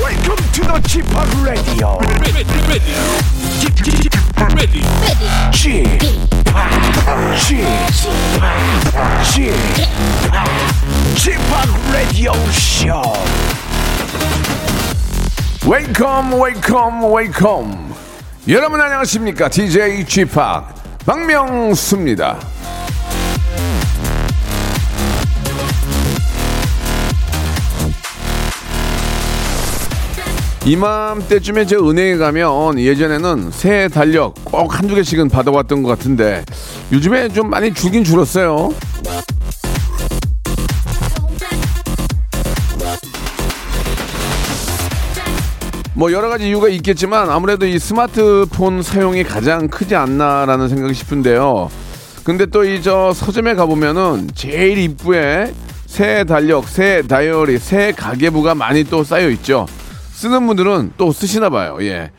Welcome to the Chip Radio. ready, ready, ready, ready. Chip, Chip, Chip, Chip Radio Show. Welcome, welcome, welcome. 여러분 안녕하십니까? DJ Chip 박명수입니다. 이맘때쯤에 제 은행에 가면 예전에는 새해 달력 꼭 한두 개씩은 받아왔던 것 같은데 요즘에 좀 많이 줄긴 줄었어요. 뭐 여러 가지 이유가 있겠지만 아무래도 이 스마트폰 사용이 가장 크지 않나라는 생각이 싶은데요. 근데 또 이 저 서점에 가보면은 제일 입구에 새 달력, 새 다이어리, 새 가계부가 많이 또 쌓여 있죠. 쓰는 분들은 또 쓰시나 봐요. 예.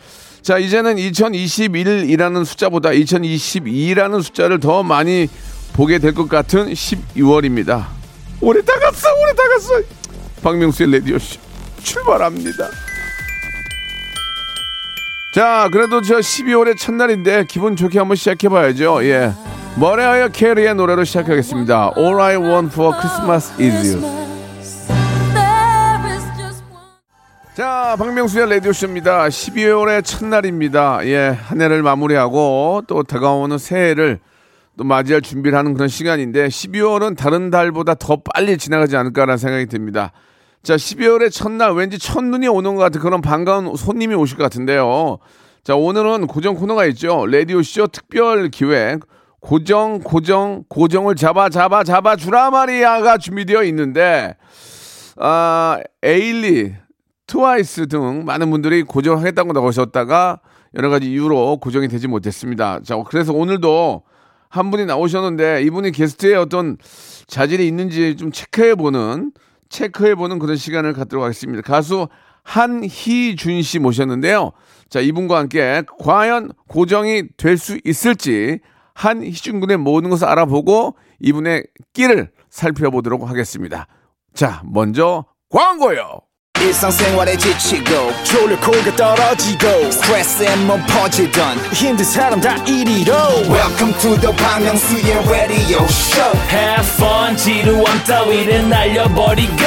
자, 이제는 2021이라는 숫자보다 2022라는 숫자를 더 많이 보게 될 것 같은 12월입니다. 올해 다 갔어, 올해 다 갔어. 박명수의 레디오쇼 출발합니다. 자, 그래도 저 12월의 첫날인데 기분 좋게 한번 시작해봐야죠. 예. 머레아의 캐리의 노래로 시작하겠습니다. 아, All I want for Christmas is you. 자, 박명수의 라디오쇼입니다. 12월의 첫날입니다. 예, 한 해를 마무리하고 또 다가오는 새해를 또 맞이할 준비를 하는 그런 시간인데 12월은 다른 달보다 더 빨리 지나가지 않을까라는 생각이 듭니다. 자, 12월의 첫날 왠지 첫눈이 오는 것 같은 그런 반가운 손님이 오실 것 같은데요. 자, 오늘은 고정 코너가 있죠. 라디오쇼 특별 기획. 고정, 고정, 고정을 잡아, 잡아, 잡아 주라 마리아가 준비되어 있는데, 아, 에일리, 트와이스 등 많은 분들이 고정하겠다고 나오셨다가 여러 가지 이유로 고정이 되지 못했습니다. 자, 그래서 오늘도 한 분이 나오셨는데 이분이 게스트의 어떤 자질이 있는지 좀 체크해보는 체크해보는 그런 시간을 갖도록 하겠습니다. 가수 한희준 씨 모셨는데요. 자, 이분과 함께 과연 고정이 될 수 있을지 한희준 군의 모든 것을 알아보고 이분의 끼를 살펴보도록 하겠습니다. 자, 먼저 광고요. 일상생활에 지치고, 졸려 코가 떨어지고, 스트레스에 몸 퍼지던, 힘든 사람 다 이리로. welcome to the Bang Myung-soo's radio show Have fun 지루함 따위를 날려버리고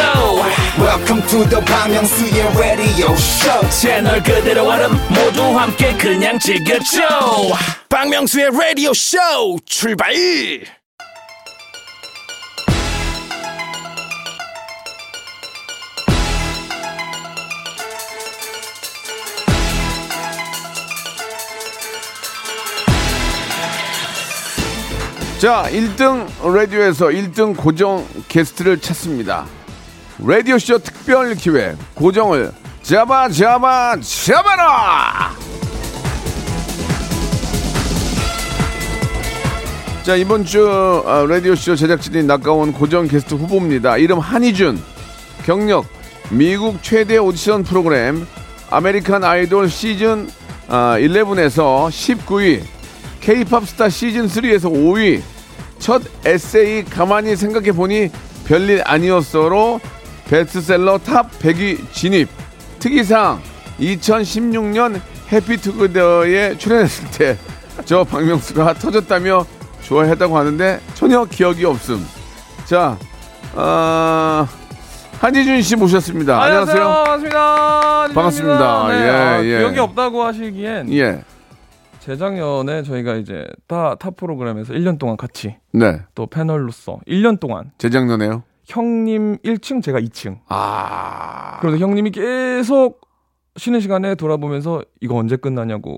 welcome to the Bang Myung-soo's radio show 채널 그대로 얼음 모두 함께 그냥 즐겨줘 박명수의 라디오 쇼 출발! 자, 1등 라디오에서 1등 고정 게스트를 찾습니다. 라디오쇼 특별 기획 고정을 잡아 잡아 잡아라! 자, 이번 주 아, 라디오쇼 제작진이 낚아온 고정 게스트 후보입니다. 이름 한희준, 경력 미국 최대 오디션 프로그램 아메리칸 아이돌 시즌 아, 11에서 19위, K-팝 스타 시즌 3에서 5위, 첫 에세이 가만히 생각해 보니 별일 아니었어로 베스트셀러 탑 100위 진입. 특이상 2016년 해피투게더에 출연했을 때 저 박명수가 터졌다며 좋아했다고 하는데 전혀 기억이 없음. 자, 아, 한희준 씨 모셨습니다. 안녕하세요. 반갑습니다. 반갑습니다. 네, 예, 아, 예. 기억이 없다고 하시기엔 예, 재작년에 저희가 이제 다 탑 프로그램에서 1년 동안 같이 네, 또 패널로서 1년 동안 재작년에요. 형님 1층 제가 2층. 아, 그래서 형님이 계속 쉬는 시간에 돌아보면서 이거 언제 끝나냐고.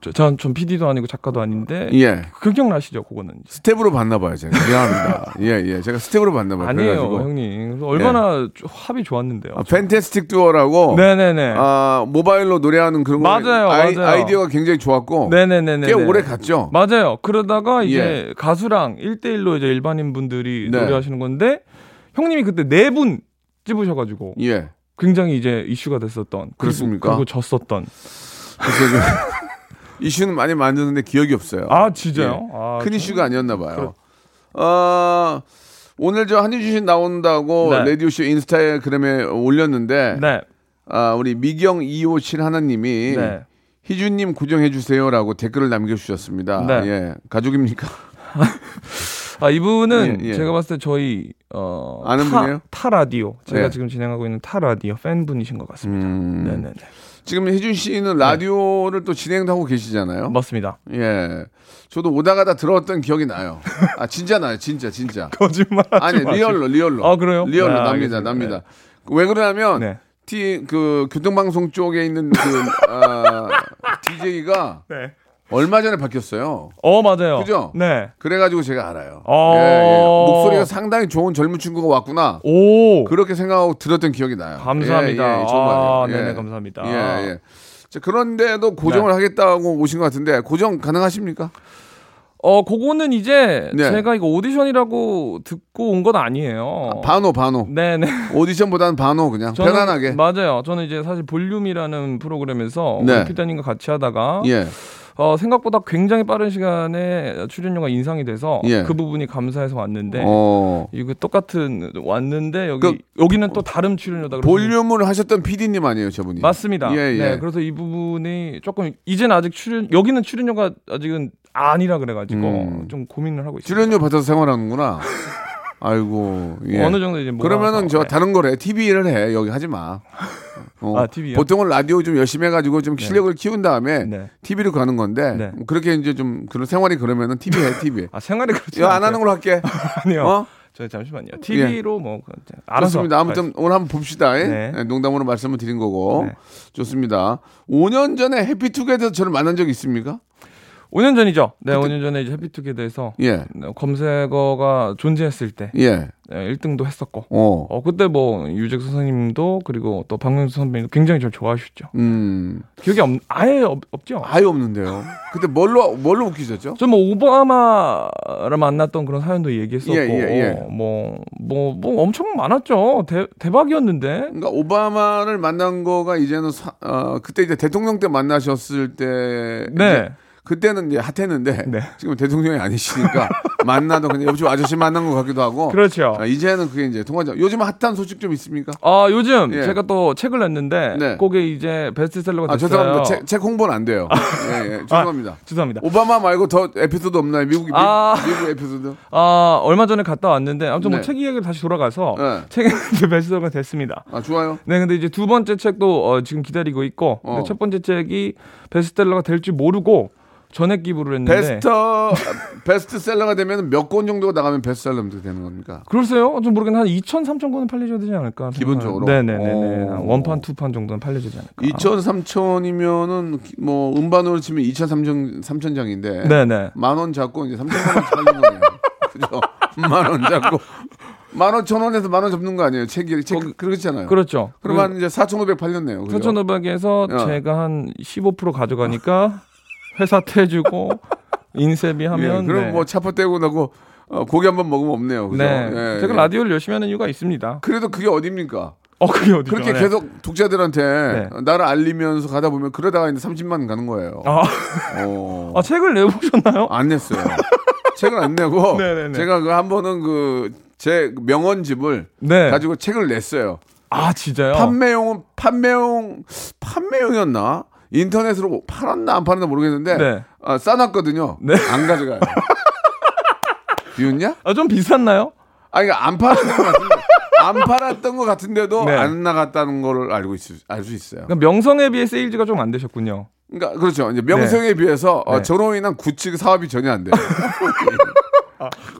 저- 전, 전 PD도 아니고 작가도 아닌데 예. 그 기억나시죠 그거는 스텝으로 봤나 봐요, 제가. 미안합니다. 예, 예. 제가 스텝으로 봤나 봐요. 아니에요 그래가지고. 예. 형님 그래서 얼마나 조- 합이 좋았는데요 아, 팬테스틱 듀어라고 네네네 아, 모바일로 노래하는 그런 거 맞아요, 아이, 맞아요. 디어가 굉장히 좋았고 네네네네 꽤 오래 갔죠. 맞아요. 그러다가 이제 가수랑 1대1로 이제 일반인 분들이 예. 네. 노래하시는 건데 형님이 그때 네 분 찝으셔가지고 예. 굉장히 이제 이슈가 됐었던 그리고- 그렇습니까? 그리고 졌었던 그래서 그 이슈는 많이 만드는데 기억이 없어요. 아 진짜요? 예. 아, 큰 저- 이슈가 아니었나 봐요. 어, 오늘 저 한유주 씨 나온다고 네. 라디오 쇼 인스타그램에 올렸는데 네. 아, 우리 미경 257 하나님이 네. 희준님 구정해 주세요라고 댓글을 남겨주셨습니다. 네. 예, 가족입니까? 아 이분은 예, 예. 제가 봤을 때 저희 어, 아는 타, 분이에요? 타 라디오 제가 예. 지금 진행하고 있는 타 라디오 팬분이신 것 같습니다. 음. 네네네 지금 희준 씨는 라디오를 또 진행도 하고 계시잖아요. 맞습니다. 예, 저도 오다가다 들어왔던 기억이 나요. 아, 진짜 나요, 진짜 진짜. 거짓말. 아니 리얼로 리얼로. 아, 그래요? 리얼로 네, 납니다 알겠습니다. 납니다. 왜 그러냐면 네. 티, 그 교통방송 쪽에 있는 그 아, DJ가 네. 얼마 전에 바뀌었어요. 어 맞아요. 그죠? 네. 그래가지고 제가 알아요. 어. 예, 예. 목소리가 상당히 좋은 젊은 친구가 왔구나. 오. 그렇게 생각하고 들었던 기억이 나요. 감사합니다. 예, 예, 정말요. 아, 예. 네네, 감사합니다. 네. 예, 예. 자, 그런데도 고정을 하겠다고 오신 것 같은데 고정 가능하십니까? 어 그거는 이제 네. 제가 이거 오디션이라고 듣고 온 건 아니에요. 반호 반호 네네. 오디션보다는 반호 그냥 저는- 편안하게. 맞아요. 저는 이제 사실 볼륨이라는 프로그램에서 네. 우리 피디님과 같이 하다가 예. 어, 생각보다 굉장히 빠른 시간에 출연료가 인상이 돼서 예. 그 부분이 감사해서 왔는데 어. 이거 똑같은 왔는데 여기 그- 여기는 또 다른 출연료다. 그래서 볼륨을 하셨던 PD님 아니에요, 저분이? 맞습니다. 예, 예. 네, 그래서 이 부분이 조금 이젠 아직 출연 여기는 출연료가 아직은 아니라 그래가지고 음. 좀 고민을 하고 있습니다. 출연료 받아서 생활하는구나. 아이고. 예. 어느 정도 이제 모아서, 그러면은 저 네. 다른 거래. TV를 해. 여기 하지 마. 어, 아, TV 요? 보통은 라디오 좀 열심히 해가지고 좀 실력을 키운 다음에 네. TV로 가는 건데 뭐 네. 그렇게 이제 좀 그런 생활이 그러면은 TV 해 TV. 아 생활에 그렇지 야, 안 하는 걸로 할게. 아니요. 어? 저희 잠시만요. TV로 뭐 그냥 알아서. 좋습니다. 아무튼 오늘 한번 봅시다. 예? 네. 예, 농담으로 말씀을 드린 거고 네. 좋습니다. 5년 전에 해피투게더에서 저를 만난 적 있습니까? 5년 전이죠. 네, 5년 전에 이제 해피투게더에서 네, 예, 검색어가 존재했을 때 예, 네, 1등도 했었고. 어, 어 그때 뭐 유재석 선생님도 그리고 또 박명수 선배님도 굉장히 저를 좋아하셨죠. 음, 기억이 없, 아예 없, 없죠. 아예 없는데요. 그때 뭘로 뭘로 웃기셨죠? 저 뭐 오바마를 만났던 그런 사연도 얘기했었고 어, 예, 예, 예. 뭐뭐 뭐, 뭐 엄청 많았죠. 대, 대박이었는데. 그러니까 오바마를 만난 거가 이제는 사- 어, 그때 이제 대통령 때 만나셨을 때 네. 이제 그때는 이제 핫했는데 네. 지금 대통령이 아니시니까 만나도 그냥 옆집 아저씨 만난 것 같기도 하고 그렇죠. 아, 이제는 그게 이제 통하죠. 요즘 핫한 소식 좀 있습니까? 아 요즘 예. 제가 또 책을 냈는데 네. 그게 이제 베스트셀러가 아 됐어요. 아. 죄송합니다. 책, 책 홍보는 안 돼요. 예, 예, 죄송합니다. 죄송합니다. 오바마 말고 더 에피소드 없나요? 미국 미, 아. 미국 에피소드? 아 얼마 전에 갔다 왔는데 아무튼 네. 뭐 책 이야기를 다시 돌아가서 네. 책이 이제 베스트셀러가 됐습니다. 아 좋아요. 네, 근데 이제 두 번째 책도 어, 지금 기다리고 있고 어. 근데 첫 번째 책이 베스트셀러가 될 줄 모르고 전액 기부를 했는데 베스터 베스트셀러가 되면 몇 권 정도가 나가면 베스트셀러가 되는 겁니까? 글쎄요, 좀 모르겠는데 한 2천, 3천 권은 팔려줘야 되지 않을까. 기본적으로? 네네네. 오. 원판, 투판 정도는 팔려주지 않을까. 2천 3천이면은 뭐 음반으로 치면 2천 3천 3천 장인데 네네. 만원 잡고 이제 3천 원만 잡는 거네요. 그죠? 만원 잡고 만 오천 원에서 만 원 잡는 거 아니에요? 책이 책 그렇잖아요. 그렇죠. 그러면 이제 4,500 팔렸네요. 어. 그죠? 4,500에서 야. 제가 한 15% 가져가니까 회사 태주고 인세비 하면. 예, 그럼 네. 뭐 차포 떼고 나고 어, 고기 한 번 먹으면 없네요. 그죠? 네. 예, 제가 예. 라디오를 열심히 하는 이유가 있습니다. 그래도 그게 어딥니까? 어, 그게 어디죠? 그렇게 네. 계속 독자들한테 네. 나를 나를 알리면서 가다 보면 그러다가 이제 30만 가는 거예요. 아, 어. 아, 책을 내보셨나요? 안 냈어요. 책을 안 내고 네네네. 제가 그 한 번은 그 제 명언집을 네. 가지고 책을 냈어요. 아, 진짜요? 판매용은 판매용 판매용이었나? 인터넷으로 팔았나 안 팔았나 모르겠는데 네. 아, 싸놨거든요. 안 가져가요. 비웃냐? 아, 좀 비쌌나요? 아니 그러니까 안 팔았던 것 같은데 안 팔았던 것 같은데도 네. 안 나갔다는 걸 알고 있알수 있어요. 그러니까 명성에 비해 세일즈가 좀 안 되셨군요. 그러니까 그렇죠. 이제 명성에 비해서 어, 네. 저로 인한 구치 사업이 전혀 안 돼요.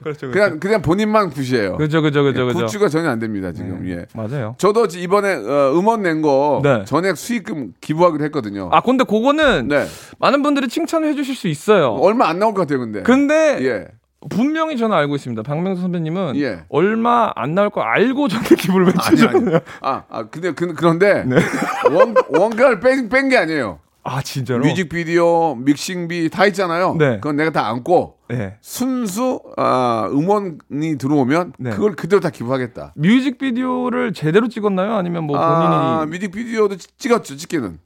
그렇죠. 그냥 그냥 본인만 굿이에요. 그죠, 그죠, 그렇죠, 그죠, 그죠. 예, 구치가 전혀 안 됩니다 지금. 예. 맞아요. 저도 지- 이번에 어, 음원 낸 거 네. 전액 수익금 기부하기로 했거든요. 아, 근데 그거는 어. 네. 많은 분들이 칭찬을 해주실 수 있어요. 얼마 안 나올 것 같아요, 근데. 근데 예. 분명히 저는 알고 있습니다. 박명수 선배님은 예. 얼마 안 나올 거 알고 저한테 기부를 아니 외치죠. 아니. 아, 아 근데 그, 그런데 네. 원 원가를 뺀 뺀 게 아니에요. 아 진짜로? 뮤직비디오, 믹싱비 다 있잖아요. 네. 그건 내가 다 안고 네. 순수 아, 음원이 들어오면 네. 그걸 그대로 다 기부하겠다. 뮤직비디오를 제대로 찍었나요? 아니면 뭐 본인이 아, 뮤직비디오도 찍- 찍었죠, 찍기는.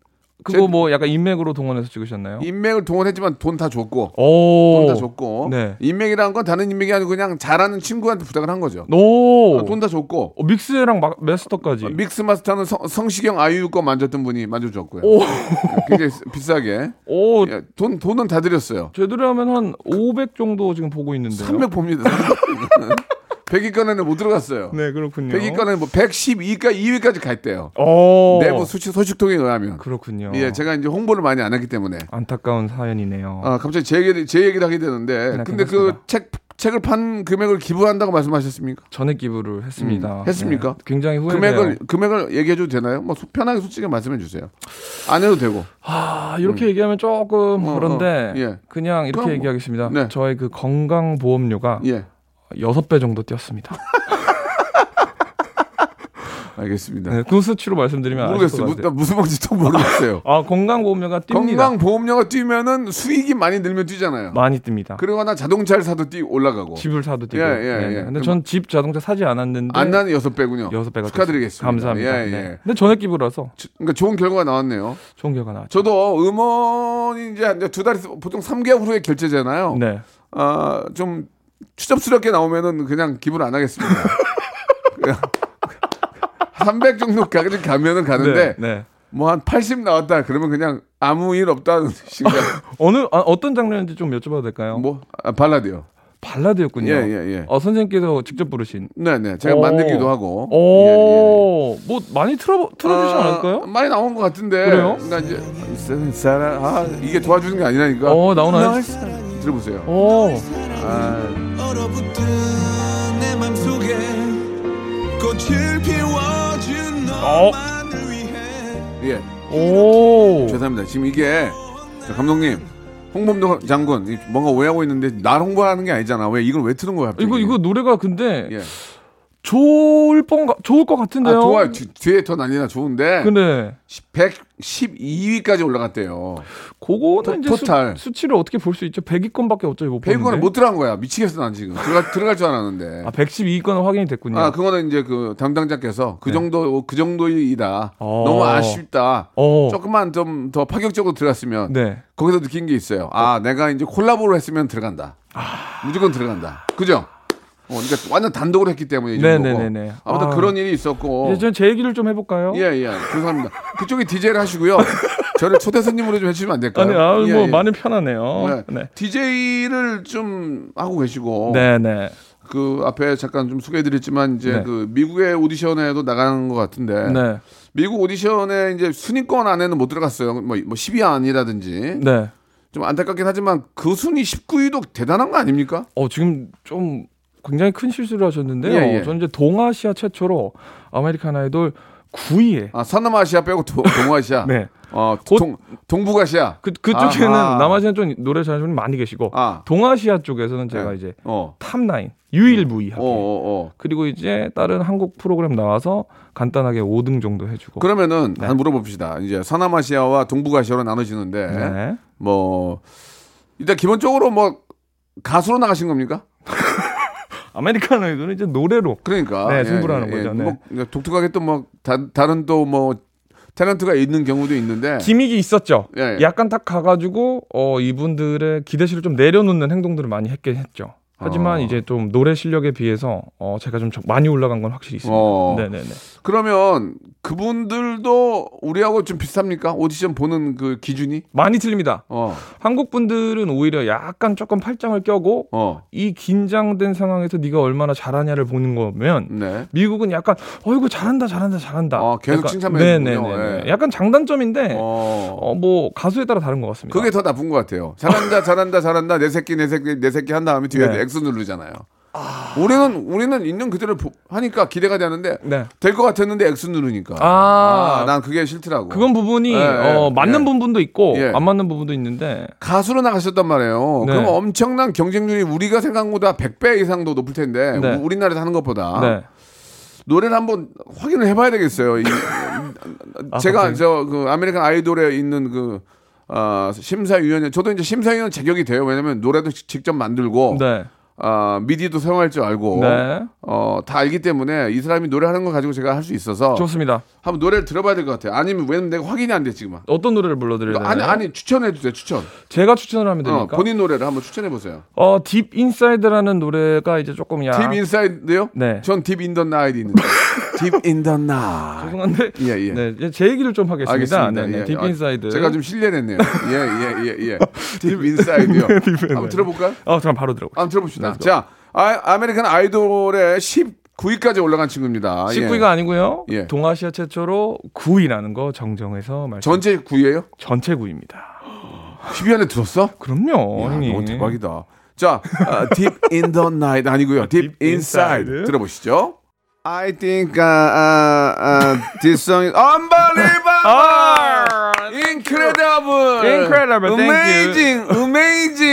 그거 뭐 약간 인맥으로 동원해서 찍으셨나요? 인맥을 동원했지만 돈 다 줬고 돈 어? 오. 다 줬고 네. 인맥이라는 건 다른 인맥이 아니고 그냥 잘하는 친구한테 부탁을 한 거죠. 아, 오. 예. 돈 다 줬고 어, 믹스랑 마, 마스터까지. 믹스 마스터는 성, 성시경 아이유 거 만졌던 분이 만져줬고요. 오. 굉장히 비싸게 오. 예, 돈 돈은 다 드렸어요. 제대로 하면 한 500 정도 지금 보고 있는데요. 300 봅니다. 100위권에는 못 들어갔어요. 네, 그렇군요. 100위권에는 뭐 112위까지 2위까지 갔대요. 오. 내부 수치 소식통에 의하면. 그렇군요. 예, 제가 이제 홍보를 많이 안 했기 때문에. 안타까운 사연이네요. 아, 갑자기 제 얘기를, 제 얘기를 하게 되는데. 네, 근데 그 괜찮습니다. 책, 책을 판 금액을 기부한다고 말씀하셨습니까? 전액 기부를 했습니다. 음, 했습니까? 네, 굉장히 후회돼요. 금액을, 금액을 얘기해줘도 되나요? 뭐, 소- 편하게 솔직히 말씀해 주세요. 안 해도 되고. 아, 이렇게 얘기하면 조금 음. 어, 그런데 어, 예. 그냥 이렇게 그럼 뭐, 얘기하겠습니다. 네. 저의 그 건강 보험료가 예, 여섯 배 정도 뛰었습니다. 알겠습니다. 네, 그 수치로 말씀드리면 아실 모르겠어요. 것 무, 같아요. 뭐, 나 무슨 말인지도 모르겠어요. 아, 건강 보험료가 뜁니다. 건강보험료가 뛰면은 수익이 많이 늘면 뛰잖아요. 많이 뜁니다. 그리고 하나 자동차를 사도 뛰 올라가고. 집을 사도 뛰고. 예, 예, 네, 예. 네. 근데 그럼- 전 집 자동차 사지 않았는데 안 나는 여섯 배군요. 여섯 배가 축하드리겠습니다. 됐어요. 감사합니다. 예, 예. 네. 근데 전액 기부라서 저- 그러니까 좋은 결과가 나왔네요. 좋은 결과 나왔죠. 저도 음원이 이제 이제 두 달, 있- 보통 3개월 후에 결제잖아요. 네. 아, 좀 추접스럽게 나오면은 그냥 기부를 안 하겠습니다. 그냥 300 정도까지 가면은 가는데 네. 네. 뭐 한 80 나왔다 그러면 그냥 아무 일 없다는 식으로 어느 아, 어떤 장르인지 좀 여쭤봐도 될까요? 뭐 아, 발라드요. 발라드였군요. 예, 예, 예. 어, 선생님께서 직접 부르신. 네, 네. 제가 오. 만들기도 하고. 어? 예, 예. 오, 뭐 많이 틀어 틀어주지 아, 않을까요? 많이 나온 것 같은데. 그래요? 그러니까 이제 사랑, 사랑, 아, 이게 도와주는 게 아니라니까. 어, 나오나요? 널 사랑- 들어보세요. 오, 아, 얼어붙은 내 맘속에 꽃을 피워준 너만을 위해 예. 오, 죄송합니다. 지금 이게 자, 감독님, 홍범도 장군 이 뭔가 오해하고 있는데 날 홍보하는 게 아니잖아. 왜 이걸 왜 트는 거야? 갑자기? 이거 이거 노래가 근데 예. 좋을 뻔 좋을 것 아, 같은데요. 좋아요. 뒤, 뒤에 더 난리나 좋은데 근데 112위까지 올라갔대요. 그거는 이제 토- 토탈. 수, 치를 어떻게 볼 수 있죠? 100위권밖에 어차피 못 배우권에 보는데. 못 들어간 거야. 미치겠어 난 지금. 들어갈, 들어갈 줄 알았는데. 아, 112위권은 확인이 됐군요. 아, 그거는 이제 그 담당자께서 그 정도 그 정도이다. 네. 어. 너무 아쉽다. 어. 조금만 좀 더 파격적으로 들어갔으면 네. 거기서 느낀 게 있어요. 아, 내가 이제 콜라보를 했으면 들어간다. 아. 무조건 들어간다. 그죠? 어, 그러니까 완전 단독으로 했기 때문에 이 정도고. 네네네네. 아무튼 아. 그런 일이 있었고. 이제 저는 제 얘기를 좀 해볼까요? 예, 예. 죄송합니다. 그쪽이 DJ를 하시고요. 저를 초대 손님으로 좀 해주시면 안 될까요? 아니, 아, 예, 뭐 예. 많이 네. 편하네요. 어. 네. DJ를 좀 하고 계시고. 네, 네. 그 앞에 잠깐 좀 소개해드렸지만 이제 네. 그 미국의 오디션에도 나가는 것 같은데 네. 미국 오디션에 이제 순위권 안에는 못 들어갔어요. 뭐, 뭐 10위 안이라든지 네. 좀 안타깝긴 하지만 그 순위 19위도 대단한 거 아닙니까? 어, 지금 좀 굉장히 큰 실수를 하셨는데요. 예, 예. 저는 이제 동아시아 최초로 아메리칸 아이돌 9위에 아 서남아시아 빼고 도- 동아시아, 네. 어 곧- 동, 동북아시아, 그 그쪽에는 아하. 남아시아 좀 노래 잘하는 분이 많이 계시고 아. 동아시아 쪽에서는 제가 네. 이제 어, 탑라인 유일무이하게 어, 어, 어. 그리고 이제 다른 한국 프로그램 나와서 간단하게 5등 정도 해주고 그러면은 네. 한 물어봅시다. 이제 서남아시아와 동북아시아로 나눠지는데 네. 뭐 일단 기본적으로 뭐 가수로 나가신 겁니까? 아메리칸 아이돌은 이제 노래로 그러니까 네, 승부를 하는 거죠. 네. 뭐 그러니까 독특하게 또 뭐 다른 또 뭐 탤런트가 있는 경우도 있는데 기믹이 있었죠. 예, 예. 약간 딱 가가지고 어, 이분들의 기대치를 좀 내려놓는 행동들을 많이 했긴 했죠. 하지만 어. 이제 좀 노래 실력에 비해서 어, 제가 좀 적- 많이 올라간 건 확실히 있습니다. 어. 네네네. 그러면 그분들도 우리하고 좀 비슷합니까? 오디션 보는 그 기준이? 많이 틀립니다. 어, 한국 분들은 오히려 약간 조금 팔짱을 껴고 어, 이 긴장된 상황에서 네가 얼마나 잘하냐를 보는 거면 음. 네. 미국은 약간 어이구 잘한다 잘한다 잘한다. 아, 계속 약간- 칭찬만 해주는군요. 네네네. 예. 약간 장단점인데 어. 어, 뭐 가수에 따라 다른 것 같습니다. 그게 더 나쁜 것 같아요. 잘한다, 잘한다, 잘한다. 내 새끼, 내 새끼, 내 새끼 한 다음에 뒤에 네. 엑스 누르잖아요. 우리는 우리는 있는 그대로 보- 하니까 기대가 되는데 그 네. 될 것 같았는데 엑스 누르니까. 아. 아, 난 그게 싫더라고. 그건 부분이 예, 예, 어, 맞는 예. 부분도 있고 예. 안 맞는 부분도 있는데 가수로 나가셨단 말이에요. 네. 그럼 엄청난 경쟁률이 우리가 생각보다 100배 이상도 높을 텐데 네. 우- 우리나라에서 하는 아. 것보다 네. 노래를 한번 확인을 해봐야 되겠어요. 이- 제가 갑자기? 저 그 아메리칸 아이돌에 있는 그 아, 심사위원회 저도 이제 심사위원 자격이 돼요. 왜냐면 노래도 직- 직접 만들고 네. 아, 미디도 사용할 줄 알고 네. 어, 다 알기 때문에 이 사람이 노래하는 거 가지고 제가 할 수 있어서 좋습니다. 한번 노래를 들어봐야 될 것 같아요. 아니면 왜냐면 내가 확인이 안 돼 지금. 어떤 노래를 불러드려야 되나요? 아니 아니 추천해 주세요. 추천. 제가 추천을 하면 어, 됩니까? 본인 노래를 한번 추천해 보세요. 어, 딥 인사이드라는 노래가 이제 조금 야. 딥 인사이드요? 네. 전딥 인더 나이트 있는데. 딥 인더 나이. 죄송한데. 예, 예. 네, 이제 제 얘기를 좀 하겠습니다. 알겠습니다. 네, 네. 예. 딥 아, 인사이드. 제가 좀 실례했네요. 예, 예, 예, 예. 딥 인사이드요. 한번 들어볼까요? 어, 잠깐 바로 들어볼게요. 한번 들어봅시다. 자, 아, 메리칸 아이돌의 19위까지 올라간 친구입니다. 예. 19위가 아니고요. 예. 동아시아 최초로 9위라는 거 정정해서 말씀. 전체 9위예요? 전체 9위입니다. 10위 안에 들었어? 그럼요. 야, 형님. 너 대박이다. 자, 아, 딥 인더 나이트 아니고요. 딥 인사이드 Inside. 들어보시죠. I think uh, uh, uh, this song is unbelievable. 아! Incredible. Incredible, thank you. Amazing.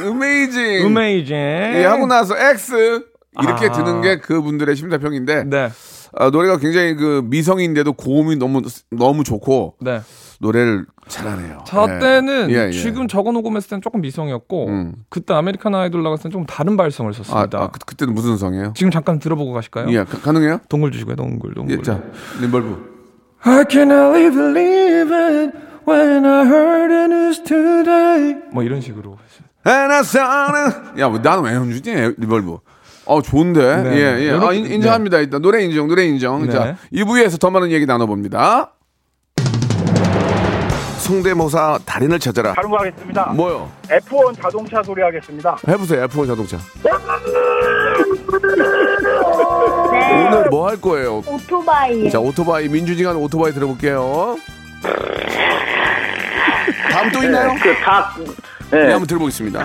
Amazing. Amazing. Amazing. 예, 하고 나서 X 이렇게 아. 드는 게 그분들의 심사평인데 네. 아, 노래가 굉장히 그 미성인데도 고음이 너무 너무 좋고 네. 노래를 잘하네요. 저 예. 때는 예, 예. 지금 저거 녹음했을 때는 조금 미성이었고 음. 그때 아메리칸 아이돌 나갔을 때는 조금 다른 발성을 아, 썼습니다. 네. 아 그, 그때는 무슨 성이에요? 지금 잠깐 들어보고 가실까요? 예, 가, 가능해요? 동글 주시고요. 동글 동글. 예, 자, 림벌브. I can only believe it when I heard the news today. 뭐 이런 식으로. 하나사는 야, 뭐 나는 왜 해주지? 림벌브. 어, 좋은데. 네. 예, 예. 아, 요렇게- 인, 정합니다 일단 노래 인정, 노래 인정. 네. 자, 2부에서 더 많은 얘기 나눠봅니다. 성대모사 달인을 찾아라. 다른 거 하겠습니다. 뭐요? F1 자동차 소리 하겠습니다. 해보세요 F1 자동차 네. 오늘 뭐 할 거예요? 오토바이에 자 오토바이 민준이가 하는 오토바이 들어볼게요 다음 또 있나요? 그닭 네 한번 들어보겠습니다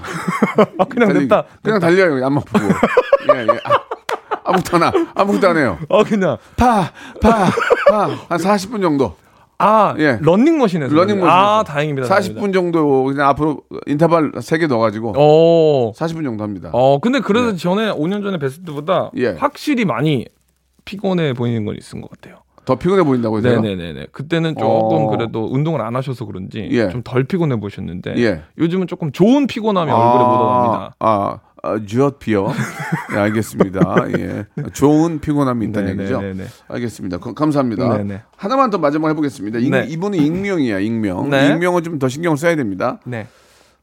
아, 그냥 달리기. 냅다. 그냥 달려요, 안 아프고. 예, 예. 아, 무것도안 하, 아무것도 안 해요. 아 그냥 파, 파, 파. 한 40분 정도. 아 예. 런닝머신에서 러닝머신. 아 다행입니다. 40분 정도 그냥 앞으로 인터벌 3개 넣어가지고 어. 40분 정도 합니다. 어 근데 그래도 전에 5년 전에 뵀을 때보다 그러니까. 네. 예. 확실히 많이 피곤해 보이는 건 있은 것 같아요. 더 피곤해 보인다고 해서요? 네네네네. 그때는 조금 어. 그래도 운동을 안 하셔서 그런지 예. 좀 덜 피곤해 보이셨는데 예. 요즘은 조금 좋은 피곤함이 얼굴에 묻어납니다. 아, 아, 주어피어. 예, 알겠습니다. 예. 좋은 피곤함이 있다는 네네네네. 얘기죠. 알겠습니다. 그- 감사합니다. 네네. 하나만 더 마지막 해보겠습니다. 이, 네. 분은 익명이야, 익명. 네. 익명은 좀 더 신경을 써야 됩니다. 네.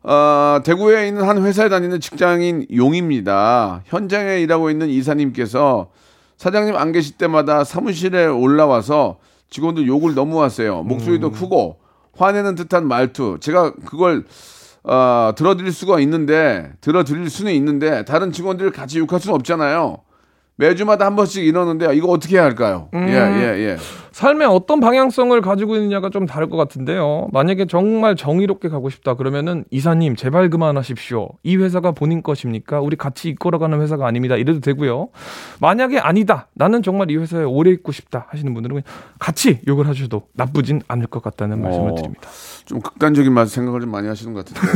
어, 대구에 있는 한 회사에 다니는 직장인 용입니다. 현장에 일하고 있는 이사님께서 사장님 안 계실 때마다 사무실에 올라와서 직원들 욕을 너무 하세요. 목소리도 크고 화내는 듯한 말투. 제가 그걸 어, 들어드릴 수가 있는데 들어드릴 수는 있는데 다른 직원들 같이 욕할 수는 없잖아요. 매주마다 한 번씩 이러는데 이거 어떻게 해야 할까요? 예, 예, 예. 삶의 어떤 방향성을 가지고 있느냐가 좀 다를 것 같은데요. 만약에 정말 정의롭게 가고 싶다 그러면은 이사님 제발 그만하십시오. 이 회사가 본인 것입니까? 우리 같이 이끌어가는 회사가 아닙니다. 이래도 되고요. 만약에 아니다. 나는 정말 이 회사에 오래 있고 싶다 하시는 분들은 그냥 같이 욕을 하셔도 나쁘진 않을 것 같다는 말씀을 어. 드립니다. 좀 극단적인 맛 생각을 좀 많이 하시는 것 같은데.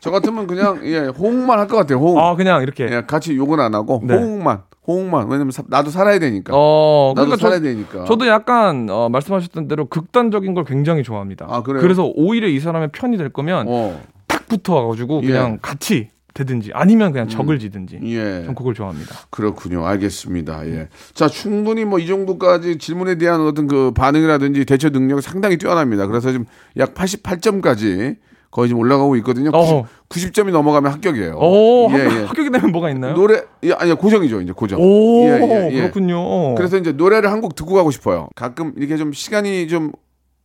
저 같으면 그냥 예, 호응만 할 것 같아요. 호응. 아 그냥 이렇게 예, 같이 욕은 안 하고 네. 호응만 호응만 왜냐면 사- 나도 살아야 되니까 어, 나도 그러니까 살아야 저, 되니까 저도 약간 어, 말씀하셨던 대로 극단적인 걸 굉장히 좋아합니다. 아, 그래요? 그래서 오히려 이 사람의 편이 될 거면 어, 탁 붙어가지고 그냥 예. 같이 되든지 아니면 그냥 적을 지든지. 예 전 그걸 좋아합니다. 그렇군요 알겠습니다 예자 충분히 뭐 이 정도까지 질문에 대한 어떤 그 반응이라든지 대처 능력이 상당히 뛰어납니다 그래서 지금 약 88점까지 거의 지금 올라가고 있거든요 어허. 90, 점이 넘어가면 합격이에요 오, 예, 합- 예. 합격이 되면 뭐가 있나요? 노래 예, 아니야 고정이죠 이제 고정 오, 예, 예, 예. 그렇군요. 그래서 이제 노래를 한 곡 듣고 가고 싶어요 가끔 이렇게 좀 시간이 좀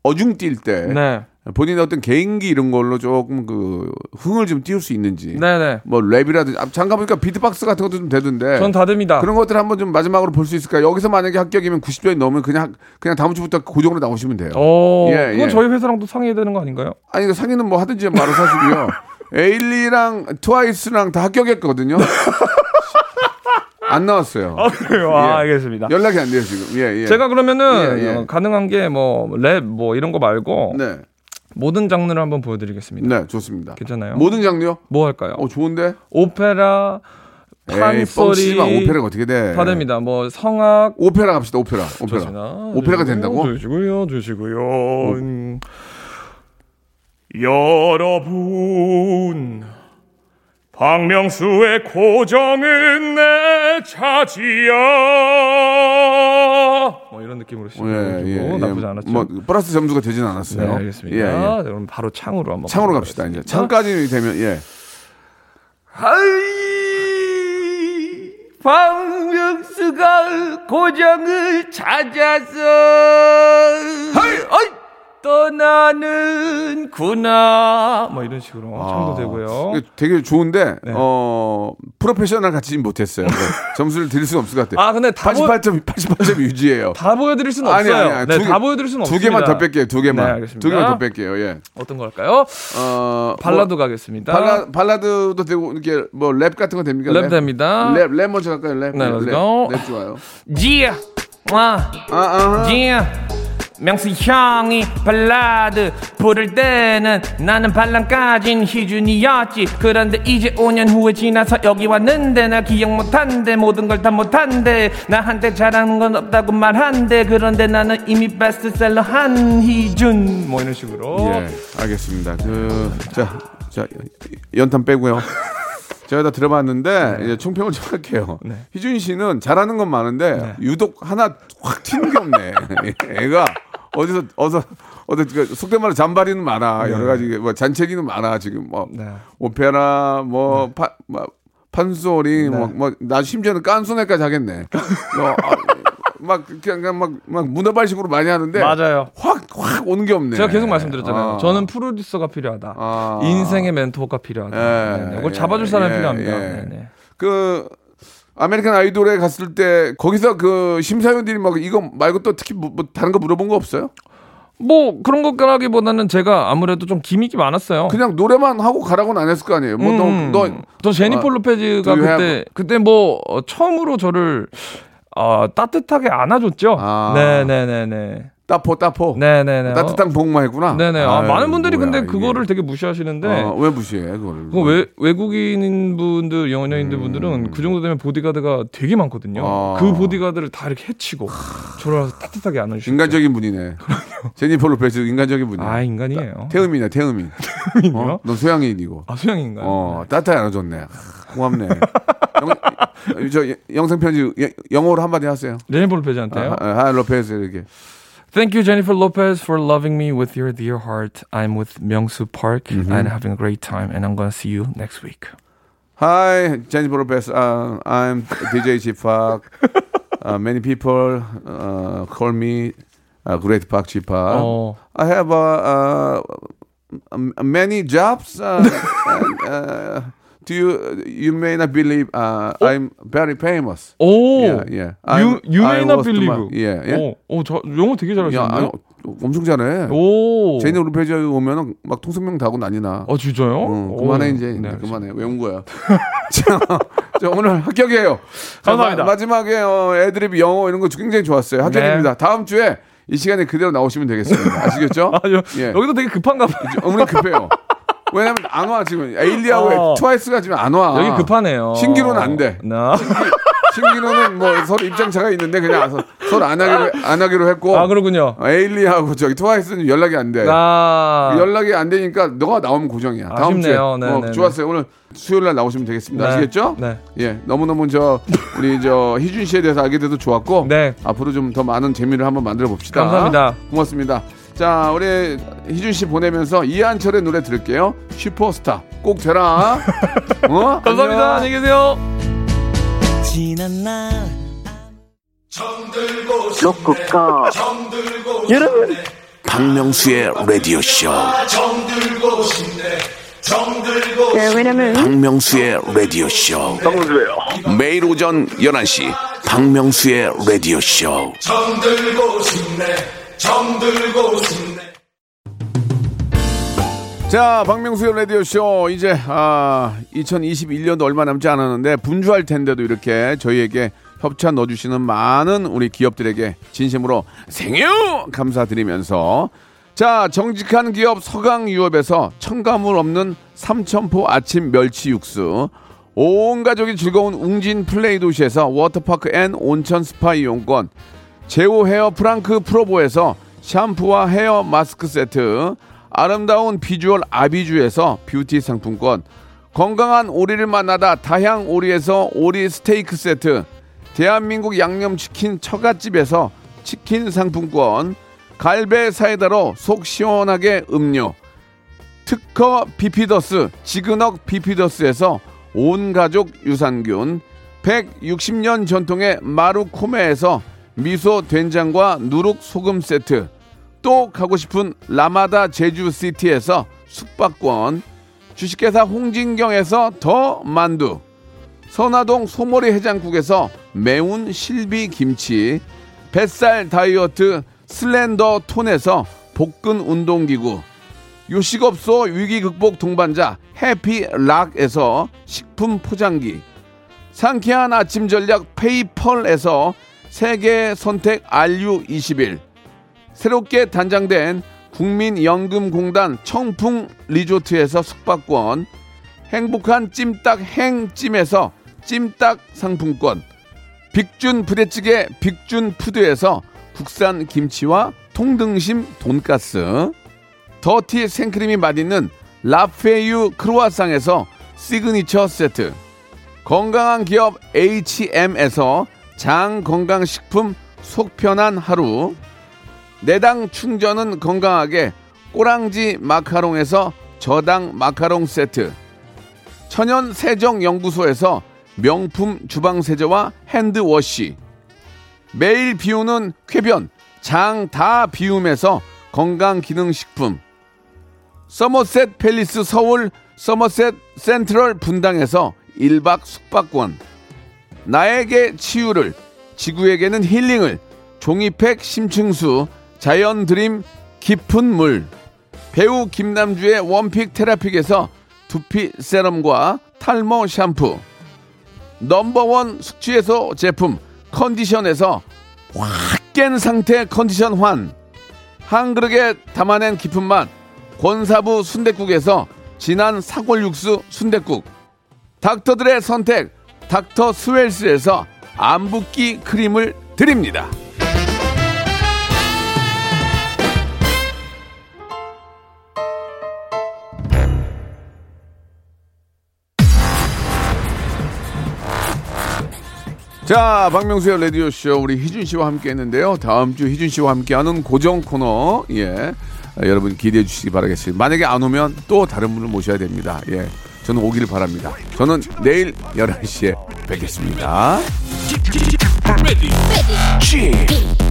어중뛸 때 네, 본인의 어떤 개인기 이런 걸로 조금 그 흥을 좀 띄울 수 있는지 네, 네. 뭐 랩이라든지 아, 잠깐 보니까 비트박스 같은 것도 좀 되던데 전 다 됩니다. 예. 그런 것들 한번 좀 마지막으로 볼 수 있을까요? 여기서 만약에 합격이면 90점이 넘으면 그냥 그냥 다음 주부터 고정으로 나오시면 돼요. 오, 예, 그건 예. 저희 회사랑도 상의해야 되는 거 아닌가요? 아니 그 상의는 뭐 하든지 바로 사시고요. 에일리랑 트와이스랑 다 합격했거든요. 안 나왔어요. 아, 그래요. 아, 예. 알겠습니다. 연락이 안 돼요 지금. 예 예. 제가 그러면은 예, 예. 어, 가능한 게 뭐 랩 뭐 이런 거 말고 네. 모든 장르를 한번 보여드리겠습니다. 네 좋습니다. 괜찮아요? 모든 장르요? 뭐 할까요? 어 좋은데? 오페라, 에이 뻥치지 마. 판소리 오페라가 어떻게 돼? 다 됩니다. 뭐 성악 오페라 갑시다. 오페라. 오페라. 아, 좋습니다. 네, 오페라가 된다고? 주시고요, 주시고요. 음. 여러분, 박명수의 고정은 내 차지야. 뭐 이런 느낌으로 시작해가고 나쁘지 않았죠. 예, 뭐 플러스 점수가 되진 않았어요. 네, 알겠습니다. 예, 예. 그럼 바로 창으로 한번 창으로 가보도록 갑시다. 이제 하겠습니다. 창까지 되면 예. 하이 박명수가 고장을 찾아서 하이 어이 떠나는구나 뭐 이런 식으로 창도 아, 되고요 네. 이게 되게 좋은데 어 프로페셔널 같지는 못했어요. 그래서 점수를 드릴 수는 없을 것 같아요. 아 근데 다, 보, 88점 88점 유지예요. 아, 다 보여드릴 수는 없어요 네, 다 보여드릴 수는 두 없습니다 개만 더 뺄게요. 두 개만. 네, 알겠습니다. 두 개만 더 뺄게요. 예. 어떤 걸까요? 어 발라드 뭐, 가겠습니다 발라 발라드도 되고 이렇게 뭐 랩 같은 거 됩니까? 랩 됩니다 랩랩 먼저 갈까요? 랩. 네, let's 랩, go. 랩 좋아요. 지야 와 아, 아. 지야 예. 명수 형이 발라드 부를 때는 나는 발랑까진 희준이었지 그런데 이제 5년 후에 지나서 여기 왔는데 나 기억 못한대 모든 걸 다 못한대 나한테 잘하는 건 없다고 말한대 그런데 나는 이미 베스트셀러 한희준 뭐 이런 식으로 예, 알겠습니다. 그, 자, 자, 연탄 빼고요. 제가 다 들어봤는데 네. 이제 총평을 좀 할게요. 희준 씨는 잘하는 건 많은데 네. 유독 하나 확 튀는 게 없네. 애가 어디서 어서 어디 그 속된 말로 잔바리는 네. 많아 여러 가지 뭐 잔챙이는 많아 지금 뭐 오페라 네. 뭐 파, 뭐 판소리 뭐뭐나 심지어는 깐소네까지 하겠네. 뭐, 아, 막 그냥 막막 문어발식으로 많이 하는데 맞아요. 확 확 오는 게 없네. 제가 계속 말씀드렸잖아요. 아. 저는 프로듀서가 필요하다. 아. 인생의 멘토가 필요하다. 예, 네, 네. 그걸 예, 잡아줄 사람이 예, 필요합니다. 예. 네, 네. 그 아메리칸 아이돌에 갔을 때 거기서 그 심사위원들이 막 이거 말고 또 특히 뭐, 뭐 다른 거 물어본 거 없어요? 뭐 그런 것까라기보다는 제가 아무래도 좀 기믹이 많았어요. 그냥 노래만 하고 가라고는 안 했을 거 아니에요. 뭐 너 음. 너 저 제니폴 아, 로페즈가 do you 그때 have- 그때 뭐 어, 처음으로 저를 어, 따뜻하게 안아줬죠. 아. 네네네네. 따포 따포 네네네. 어, 따뜻한 복만 했구나. 네네. 아, 아유, 많은 분들이 뭐야, 근데 이게. 그거를 되게 무시하시는데 어, 왜 무시해 그걸? 그거 외, 외국인 분들, 연예인들 분들은 그 정도 되면 보디가드가 되게 많거든요. 음. 아. 그 보디가드를 다 이렇게 해치고 저를 와서 따뜻하게 안아주시고. 인간적인 분이네. 제니폴 로페즈 인간적인 분이야. 아, 인간이에요. 태음이네 태음인. 어? 너 소양인이고. 아, 수영인가요? 어 따뜻하게 안아줬네. 아, 고맙네. 영, 저 예- 영상 편지 예- 영어로 한마디 하세요. 레니볼 페즈한테요. 아, 아, 아, 로페즈 이렇게. Thank you, Jennifer Lopez, for loving me with your dear heart. I'm with Myungsu Park and having a great time, and I'm gonna see you next week. Hi, Jennifer Lopez. Uh, I'm DJ G Park. Uh, many people uh, call me uh, Great Park G Park. 어. I have uh, uh, m- many jobs. Uh, and, uh, do you? You may not believe uh, 어? I'm very famous. 오, Yeah, yeah. You I'm- Oh! You I May Not was the Believe. man. Yeah, yeah. 오, 오, 저 영어 되게 야, 잘하시는데요. 아니, 엄청 잘해. 오, 제니 오르페지 오면은 막 통성명 다고 난리나. 아 진짜요? 응, 오. 그만해 이제 네, 알겠습니다. 그만해 왜 온 거야? 자, 자, 오늘 합격이에요. 자, 감사합니다. 마, 지막에 애드립 영어 이런 거 굉장히 좋았어요. 합격입니다. 네. 다음 주에 이 시간에 그대로 나오시면 되겠습니다. 아시겠죠? 아, 여, 예. 여기도 되게 급한가 봐요. 오늘 급해요. 왜냐면 안 와 지금 에일리하고 어. 트와이스가 지금 안 와. 여기 급하네요. 아, 신기로는 안 돼. 어. 나. 신기로는 뭐 서로 입장차가 있는데 그냥 서, 서로 안 하기로 안 하기로 했고 아 그렇군요. 에일리하고 저기 트와이스는 연락이 안 돼. 아, 네. 연락이 안 되니까 너가 나오면 고정이야. 다음 아쉽네요. 주에. 네, 어, 네, 네. 좋았어요. 오늘 수요일 날 나오시면 되겠습니다. 네. 아시겠죠? 네. 예, 너무 너무 저 우리 저 희준 씨에 대해서 알게 돼서 좋았고 네. 앞으로 좀 더 많은 재미를 한번 만들어 봅시다. 감사합니다. 고맙습니다. 자, 우리 희준 씨 보내면서 이한철의 노래 들을게요. 슈퍼스타 꼭 되라. 어? 감사합니다. 안녕히 계세요. 박명수의 라디오 쇼. 네, 왜냐면 박명수의 라디오 쇼. 매일 오전 11시 박명수의 라디오 쇼. 자, 박명수의 라디오쇼. 이제, 아, 2021년도 얼마 남지 않았는데, 분주할 텐데도 이렇게 저희에게 협찬 넣어주시는 많은 우리 기업들에게 진심으로 생유! 감사드리면서. 자, 정직한 기업 서강유업에서 첨가물 없는 삼천포 아침 멸치 육수. 온 가족이 즐거운 웅진 플레이 도시에서 워터파크 앤 온천 스파 이용권. 제오 헤어 프랑크 프로보에서 샴푸와 헤어 마스크 세트, 아름다운 비주얼 아비주에서 뷰티 상품권, 건강한 오리를 만나다 다향 오리에서 오리 스테이크 세트, 대한민국 양념치킨 처갓집에서 치킨 상품권, 갈배 사이다로 속 시원하게 음료, 특허 비피더스 지그넉 비피더스에서 온 가족 유산균 160년 전통의 마루코메에서 미소 된장과 누룩 소금 세트 또 가고 싶은 라마다 제주시티에서 숙박권 주식회사 홍진경에서 더 만두 선화동 소머리 해장국에서 매운 실비 김치, 뱃살 다이어트 슬렌더 톤에서 복근 운동기구, 요식업소 위기 극복 동반자 해피락에서 식품 포장기, 상쾌한 아침 전략 페이펄에서 세계 선택 RU21, 새롭게 단장된 국민연금공단 청풍 리조트에서 숙박권, 행복한 찜닭 행찜에서 찜닭 상품권 빅준 부대찌개 빅준 푸드에서 국산 김치와 통등심 돈가스 더티 생크림이 맛있는 라페유 크로아상에서 시그니처 세트 건강한 기업 HM에서 장건강식품 속편한 하루 내당 충전은 건강하게 꼬랑지 마카롱에서 저당 마카롱 세트 천연 세정 연구소에서 명품 주방 세제와 핸드워시 매일 비우는 쾌변 장 다 비움에서 건강 기능 식품 서머셋 팰리스 서울 서머셋 센트럴 분당에서 1박 숙박권 나에게 치유를 지구에게는 힐링을 종이팩 심층수 자연 드림 깊은 물 배우 김남주의 원픽 테라픽에서 두피 세럼과 탈모 샴푸 넘버원 숙취해소 제품 컨디션에서 확 깬 상태 컨디션 환 한 그릇에 담아낸 깊은 맛 권사부 순댓국에서 진한 사골 육수 순댓국 닥터들의 선택 닥터 스웰스에서 안붓기 크림을 드립니다 자, 박명수의 라디오쇼 우리 희준 씨와 함께 했는데요. 다음 주 희준 씨와 함께하는 고정 코너, 예. 아, 여러분 기대해 주시기 바라겠습니다. 만약에 안 오면 또 다른 분을 모셔야 됩니다. 예. 저는 오기를 바랍니다. 저는 내일 11시에 뵙겠습니다. G.